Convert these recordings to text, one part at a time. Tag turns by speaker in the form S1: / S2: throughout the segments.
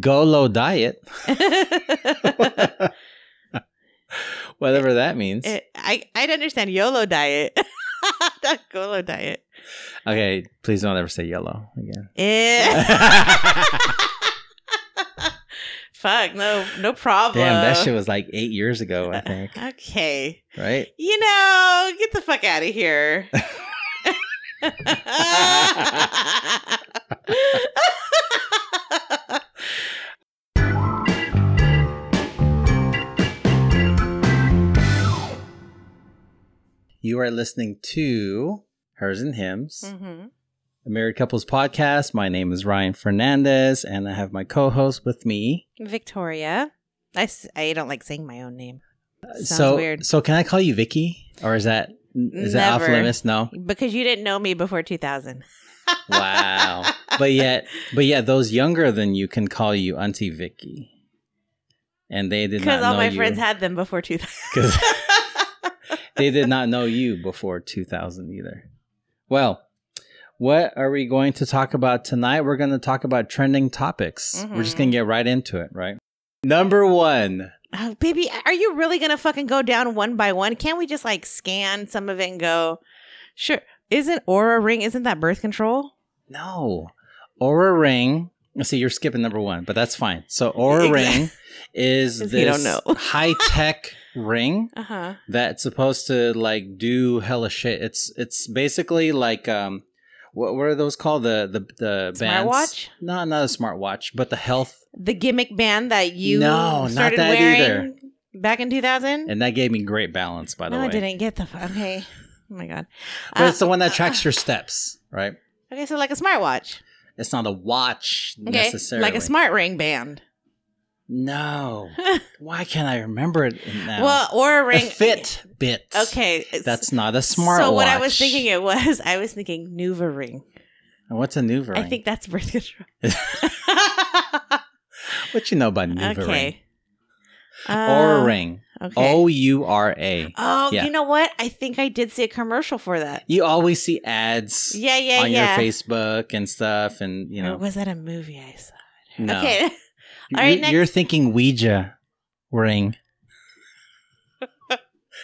S1: Go low diet,
S2: it,
S1: whatever that means.
S2: I I'd understand YOLO diet, not Golo diet.
S1: Okay, please don't ever say yellow again.
S2: Eh. Fuck no, no problem.
S1: Damn, that shit was like eight years ago, I think.
S2: Okay.
S1: Right?
S2: You know, get the fuck out of here.
S1: You are listening to Hers and Hims,
S2: Mhm.
S1: a married couples podcast. My name is Ryan Fernandez, and I have my co host with me.
S2: Victoria. I, s- I don't like saying my own name. Sounds
S1: so,
S2: weird.
S1: so can I call you Vicky? Or is that is that off
S2: Never.
S1: limits? No.
S2: Because you didn't know me before 2000.
S1: Wow. but yet, but yeah, those younger than you can call you Auntie Vicky. And they did not
S2: Because
S1: know
S2: all my
S1: you.
S2: friends had them before 2000.
S1: 'Cause- they did not know you before 2000 either. Well, what are we going to talk about tonight? We're going to talk about trending topics. We're just
S2: Mhm.
S1: going to get right into it, right? Number one.
S2: oh, baby, are you really going to fucking go down one by one? Can't we just like scan some of it and go, sure. Isn't Aura Ring, isn't that birth control?
S1: No. Aura Ring. See, you're skipping number one, but that's fine. So, Aura
S2: Exact-
S1: Ring is
S2: 'Cause you don't
S1: this
S2: know.
S1: high tech ring
S2: Uh huh.
S1: that's supposed to like do hella shit. It's it's basically like um, what, what are those called? The the the bands?
S2: Smartwatch?
S1: No, not a smartwatch, but the health
S2: the gimmick band that you
S1: No, not
S2: started
S1: that
S2: wearing
S1: either.
S2: back in 2000
S1: And that gave me great balance, by the
S2: no
S1: way.
S2: i didn't get the f- okay oh my god
S1: But
S2: Uh,
S1: it's the one that tracks your steps, right?
S2: okay so like a smartwatch
S1: It's not a watch
S2: okay
S1: necessarily.
S2: like a smart ring band
S1: No. Why can't I remember it now?
S2: well or a
S1: a
S2: ring
S1: Fitbit.
S2: okay
S1: That's not a smart
S2: so what i was thinking it was i was thinking nuva ring
S1: What's a Nuva
S2: i
S1: ring?
S2: think that's birth control
S1: What you know about Nuva ring?
S2: okay
S1: Aura
S2: Uh,
S1: ring.
S2: okay.
S1: O U R A.
S2: oh
S1: yeah.
S2: you know what i think i did see a commercial for that
S1: You always see ads
S2: yeah yeah
S1: on
S2: yeah
S1: your Facebook and stuff, and you
S2: or
S1: know.
S2: was that a movie i saw
S1: No.
S2: okay
S1: You-
S2: All right, next.
S1: You're thinking Ouija ring.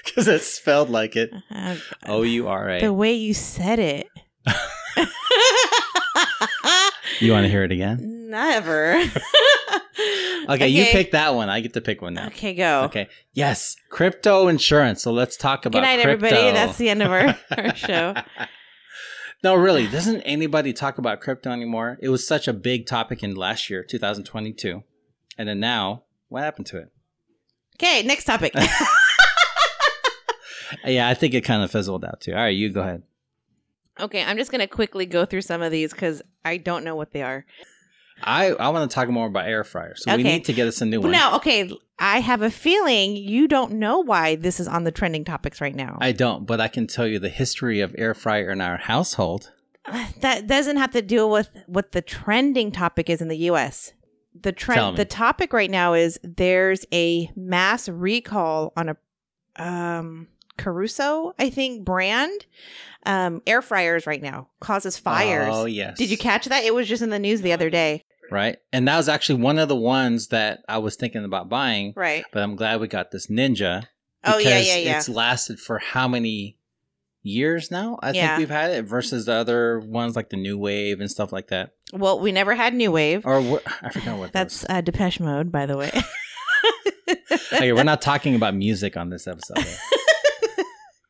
S1: Because it's spelled like it.
S2: Uh,
S1: O U R
S2: The
S1: A.
S2: way you said it.
S1: You want to hear it again?
S2: Never. okay,
S1: Okay, you pick that one. I get to pick one now.
S2: Okay, go.
S1: Okay. Yes, crypto insurance. So let's talk about
S2: Good night,
S1: crypto.
S2: everybody. That's the end of our, our show.
S1: no, really, doesn't anybody talk about crypto anymore? It was such a big topic in last year, 2022, and then now, what happened to it?
S2: Okay, next topic.
S1: Yeah, I think it kind of fizzled out too. All right, you go ahead.
S2: okay, I'm just going to quickly go through some of these because I don't know what they are.
S1: I I want to talk more about air fryer, so we
S2: Okay.
S1: need to get us a new
S2: But
S1: one.
S2: now, okay, I have a feeling you don't know why this is on the trending topics right now.
S1: I don't, but I can tell you the history of air fryer in our household.
S2: that doesn't have to deal with what the trending topic is in the US. The
S1: Tell me.
S2: trend the topic right now is there's a mass recall on a um Caruso, I think, brand um air fryers right now causes fires.
S1: Oh yes.
S2: Did you catch that? It was just in the news the other day.
S1: right? And that was actually one of the ones that I was thinking about buying,
S2: Right.
S1: but I'm glad we got this Ninja.
S2: Oh yeah,
S1: because
S2: yeah, yeah.
S1: It's lasted for how many years now? I
S2: Yeah.
S1: think we've had it versus the other ones like the New Wave and stuff like that.
S2: Well, we never had New Wave.
S1: Or what, I forgot what
S2: That's uh, Depeche Mode, by the way.
S1: that was. Okay, we're not talking about music on this episode.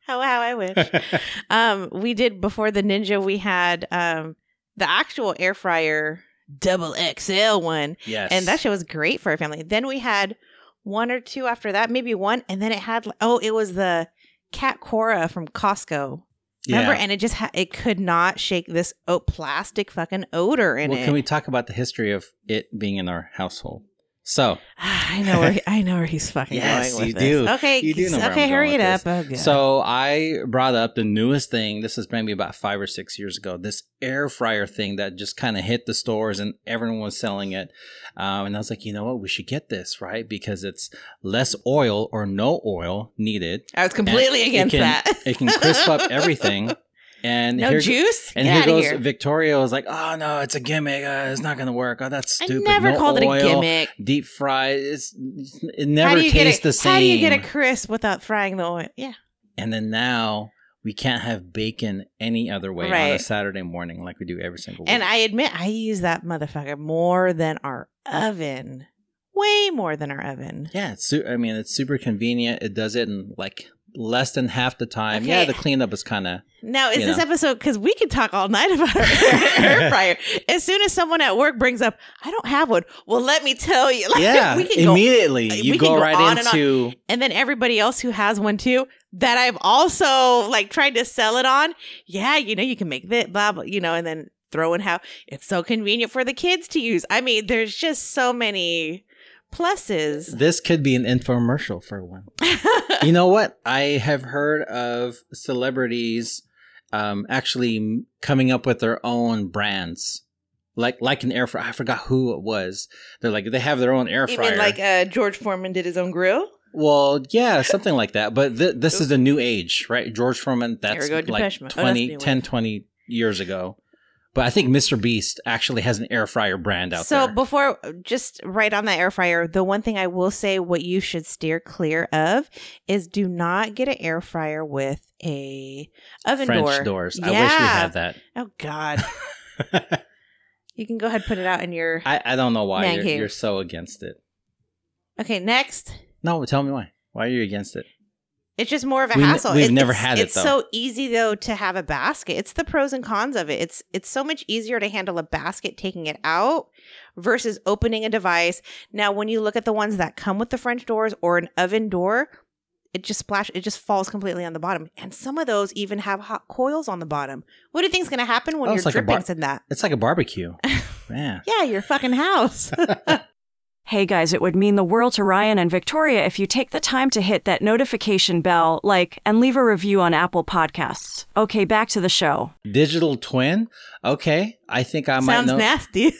S2: how how I wish.
S1: right?
S2: Um, we did before the Ninja. We had um the actual air fryer double XL one,
S1: yes.
S2: and that shit was great for our family. Then we had one or two after that, maybe one, and then it had oh, it was the Cat Cora from Costco. Remember, and it just ha- it could not shake this oh, plastic fucking odor in
S1: well,
S2: it.
S1: can we talk about the history of it being in our household? So,
S2: I know where he- I know where he's fucking
S1: Yes,
S2: going with
S1: you
S2: this.
S1: do.
S2: Okay,
S1: You do know where I'm
S2: okay,
S1: going
S2: hurry
S1: with
S2: it
S1: this.
S2: up. Oh, God.
S1: So I brought up the newest thing. This is maybe about five or six years ago. This air fryer thing that just kind of hit the stores and everyone was selling it. Um, and I was like, you know what? We should get this right because it's less oil or no oil needed.
S2: I was completely
S1: And
S2: against
S1: it can,
S2: that.
S1: it can crisp up everything. And
S2: No
S1: here,
S2: juice?
S1: And
S2: Get
S1: here
S2: outta
S1: goes
S2: here.
S1: Victoria was like, "Oh no, it's a gimmick. Uh, it's not going to work. Oh, that's stupid.
S2: I never
S1: No
S2: called
S1: oil,
S2: it a gimmick.
S1: Deep fry. It's it
S2: how
S1: never
S2: do you
S1: tastes
S2: get it,
S1: the same.
S2: How do you get a crisp without frying the oil? Yeah.
S1: and then now we can't have bacon any other way on a
S2: Right.
S1: Saturday morning like we do every single week.
S2: And I admit I use that motherfucker more than our oven. Way more than our oven.
S1: yeah, it's su- I mean it's super convenient. It does it in like less than half the time. Yeah,
S2: Okay.
S1: the cleanup is kind of
S2: Now, is
S1: You
S2: this
S1: know.
S2: episode because we could talk all night about our air fryer? As soon as someone at work brings up, I don't have one. Well, let me tell you. Like,
S1: yeah.
S2: we can go.
S1: immediately you
S2: we
S1: go
S2: can go
S1: right
S2: on and on.
S1: into
S2: And then everybody else who has one too that I've also like tried to sell it on. Yeah, you know, you can make that blah blah. You know, and then throw in how it's so convenient for the kids to use. I mean, there's just so many pluses.
S1: this could be an infomercial for one. you know what? I have heard of celebrities um, actually m- coming up with their own brands, like like an air fryer. I forgot who it was. They're like they have their own air fryer.
S2: Even like uh, George Foreman did his own grill.
S1: well, yeah, something like that. But th- this is the new age, right? George Foreman.
S2: There
S1: That's
S2: we go,
S1: like
S2: Depeche Mode. Oh, that's
S1: 20,
S2: new
S1: 10, 20 years ago. But I think Mr. Beast actually has an air fryer brand out
S2: so
S1: there.
S2: before just right on that air fryer, the one thing I will say what you should steer clear of is do not get an air fryer with a oven
S1: French
S2: door.
S1: doors. I wish we had that.
S2: Oh God. you can go ahead and put it out in your
S1: I, I don't know why
S2: Man
S1: you're,
S2: cave.
S1: you're so against it.
S2: Okay, next.
S1: No, tell me why. Why are you against it?
S2: It's just more of a
S1: We ne-
S2: hassle.
S1: we've
S2: It-
S1: never
S2: it's-
S1: had it,
S2: It's
S1: though.
S2: so easy though to have a basket. It's the pros and cons of it. It's it's so much easier to handle a basket taking it out versus opening a device. Now, when you look at the ones that come with the French doors or an oven door, it just splash. It just falls completely on the bottom. And some of those even have hot coils on the bottom. What do you think's gonna happen when
S1: Oh,
S2: your
S1: it's like a bar-
S2: drippings in that?
S1: It's like a barbecue. Man.
S2: Yeah, your fucking house.
S3: Hey guys, it would mean the world to Ryan and Victoria if you take the time to hit that notification bell, like, and leave a review on Apple Podcasts. Okay, back to the show.
S1: Digital twin? Okay. I think I might
S2: Sounds
S1: know.
S2: nasty.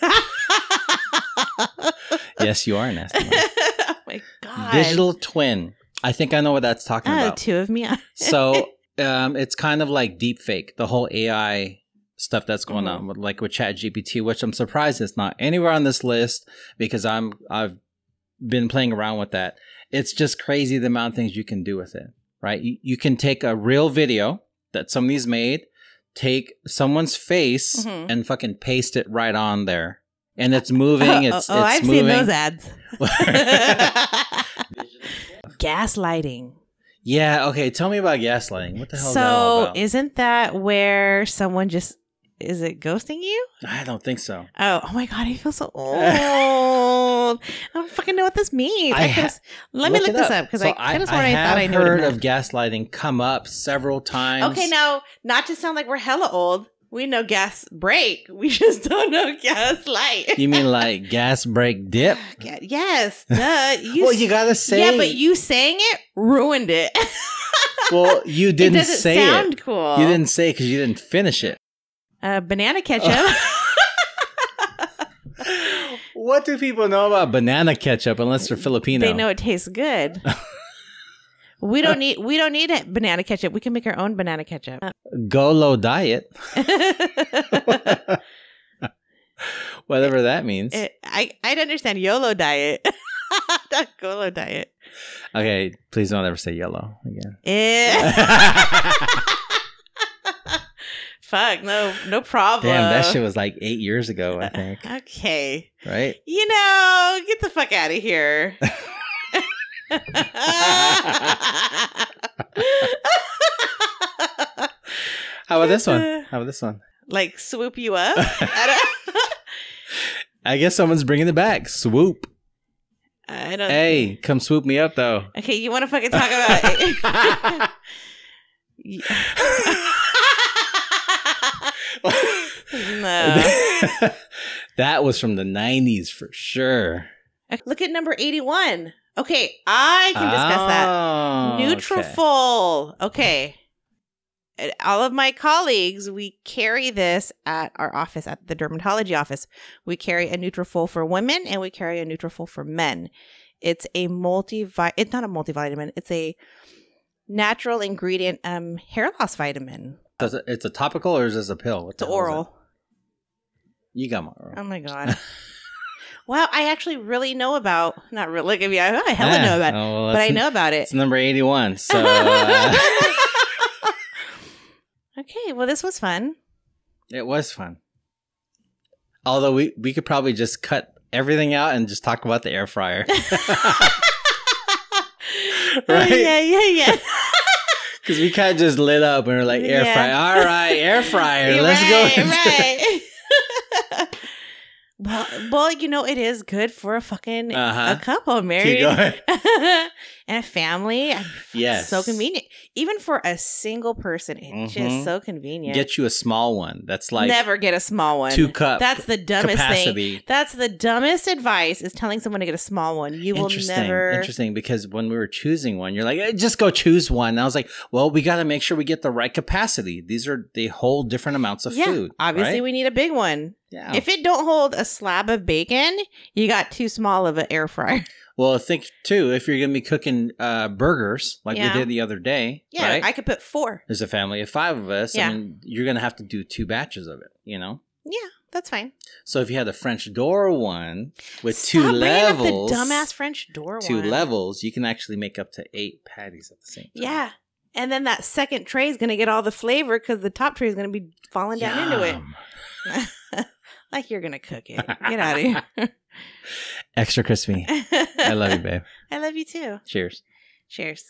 S1: yes, you are nasty. Mom.
S2: oh my god.
S1: Digital twin. I think I know what that's talking
S2: Oh,
S1: about.
S2: two of me.
S1: so um, it's kind of like deep fake, the whole AI stuff that's going
S2: Mhm.
S1: on with like with chat GPT, which I'm surprised it's not anywhere on this list because I'm I've been playing around with that. It's just crazy the amount of things you can do with it. Right. You, you can take a real video that somebody's made, take someone's face
S2: Mhm.
S1: and fucking paste it right on there. And it's moving,
S2: Oh,
S1: it's
S2: oh, oh,
S1: it's
S2: I've
S1: moving.
S2: seen those ads. Gaslighting.
S1: yeah, okay. Tell me about gaslighting. What the hell is that all
S2: So
S1: about?
S2: isn't that where someone just is it ghosting you?
S1: I don't think so.
S2: Oh, oh my god, I feel so old. I don't fucking know what this means.
S1: I
S2: I
S1: ha-
S2: could've- let me look
S1: it
S2: this
S1: up.
S2: up because
S1: So
S2: I could have sworn I,
S1: have
S2: thought I knew what it
S1: heard of
S2: meant.
S1: gaslighting come up several times.
S2: Okay, now not to sound like we're hella old, we know gas break. We just don't know gaslight.
S1: you mean like gas break dip?
S2: Ga- yes, duh. You
S1: well, you gotta say.
S2: yeah, but you saying it ruined it.
S1: Well, you didn't
S2: it doesn't
S1: say
S2: sound
S1: it.
S2: cool.
S1: You didn't Oh, say because you didn't finish it.
S2: Uh, banana ketchup.
S1: What do people know about banana ketchup unless they're Filipino?
S2: they know it tastes good. we don't need we don't need it, banana ketchup. We can make our own banana ketchup. Uh,
S1: Golo diet,
S2: it,
S1: whatever that means.
S2: I I'd understand YOLO diet. Not Golo diet.
S1: okay, please don't ever say yellow again.
S2: Eh. Fuck no, no problem.
S1: Damn, that shit was like eight years ago, I think.
S2: Okay,
S1: Right?
S2: you know, get the fuck out of here.
S1: How about this one? How about this one?
S2: like swoop you up. I don't.
S1: I guess someone's bringing it back. Swoop.
S2: I don't
S1: Hey, come swoop me up though.
S2: Okay, you want to fucking talk about? Y- no. Uh-huh.
S1: that was from the 90s for sure.
S2: Look at number eighty-one. Okay, I can discuss that.
S1: Oh,
S2: Nutrafol. Okay. And All of my colleagues, we carry this at our office, at the dermatology office. We carry a Nutrafol for women and we carry a Nutrafol for men. It's a multivit. It's not a multivitamin. It's a natural ingredient um, hair loss vitamin.
S1: Does it, it's a topical or is this a pill? What
S2: It's
S1: the hell is
S2: oral.
S1: it? You got my oral.
S2: Oh my god. wow, I actually really know about not really. Look at me. I, I hella
S1: Yeah.
S2: know about, it,
S1: Oh, well,
S2: but I
S1: it's-
S2: know about
S1: It's
S2: it.
S1: number 81. So, uh,
S2: okay, well this was fun.
S1: It was fun. Although we we could probably just cut everything out and just talk about the air fryer. Right?
S2: Yeah, yeah, yeah.
S1: Because we kind of just lit up and we're like, air
S2: Yeah.
S1: fryer. All right, air fryer. Let's
S2: Right,
S1: go. into it.
S2: right. well, well, you know it is good for a fucking
S1: Uh-huh.
S2: a couple
S1: Keep
S2: married
S1: going.
S2: and a family.
S1: Yes.
S2: So convenient. Even for a single person, it's
S1: Mhm.
S2: just so convenient.
S1: Get you a small one that's like
S2: Never get a small one.
S1: two cup
S2: That's the dumbest thing.
S1: capacity.
S2: That's the dumbest advice is telling someone to get a small one. You will
S1: Interesting.
S2: never.
S1: Interesting. Because when we were choosing one, you're like, "Eh, just go choose one. And I was like, well, we got to make sure we get the right capacity. These are, they hold different amounts of
S2: yeah,
S1: food.
S2: obviously
S1: right?
S2: we need a big one.
S1: yeah.
S2: If it don't hold a slab of bacon, you got too small of an air fryer.
S1: Well, think too if you're going to be cooking uh, burgers like
S2: Yeah.
S1: we did the other day,
S2: Yeah,
S1: right?
S2: I could put four.
S1: There's a family of five of us.
S2: Yeah.
S1: I mean, you're going to have to do two batches of it, you know?
S2: Yeah, that's fine.
S1: So if you had the French door one with
S2: Stop
S1: two
S2: bringing up
S1: levels,
S2: the dumbass French door
S1: two
S2: one.
S1: levels, you can actually make up to eight patties at the same time.
S2: Yeah, and then that second tray is gonna get all the flavor because the top tray is gonna be falling down into
S1: Yum.
S2: it. like you're gonna cook it. Get out of here.
S1: Extra crispy. I love you, babe.
S2: I love you too.
S1: Cheers.
S2: Cheers.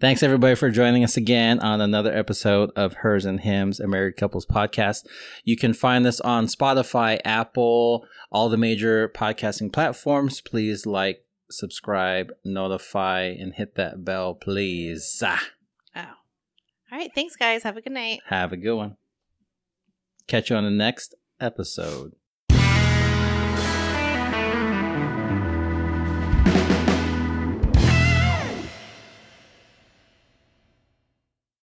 S1: Thanks everybody for joining us again on another episode of Hers and Hims, a married couples podcast. You can find this on Spotify, Apple, all the major podcasting platforms. Please like, subscribe, notify, and hit that bell, please. Ah,
S2: Oh. All right. Thanks, guys. Have a good night.
S1: Have a good one. Catch you on the next episode.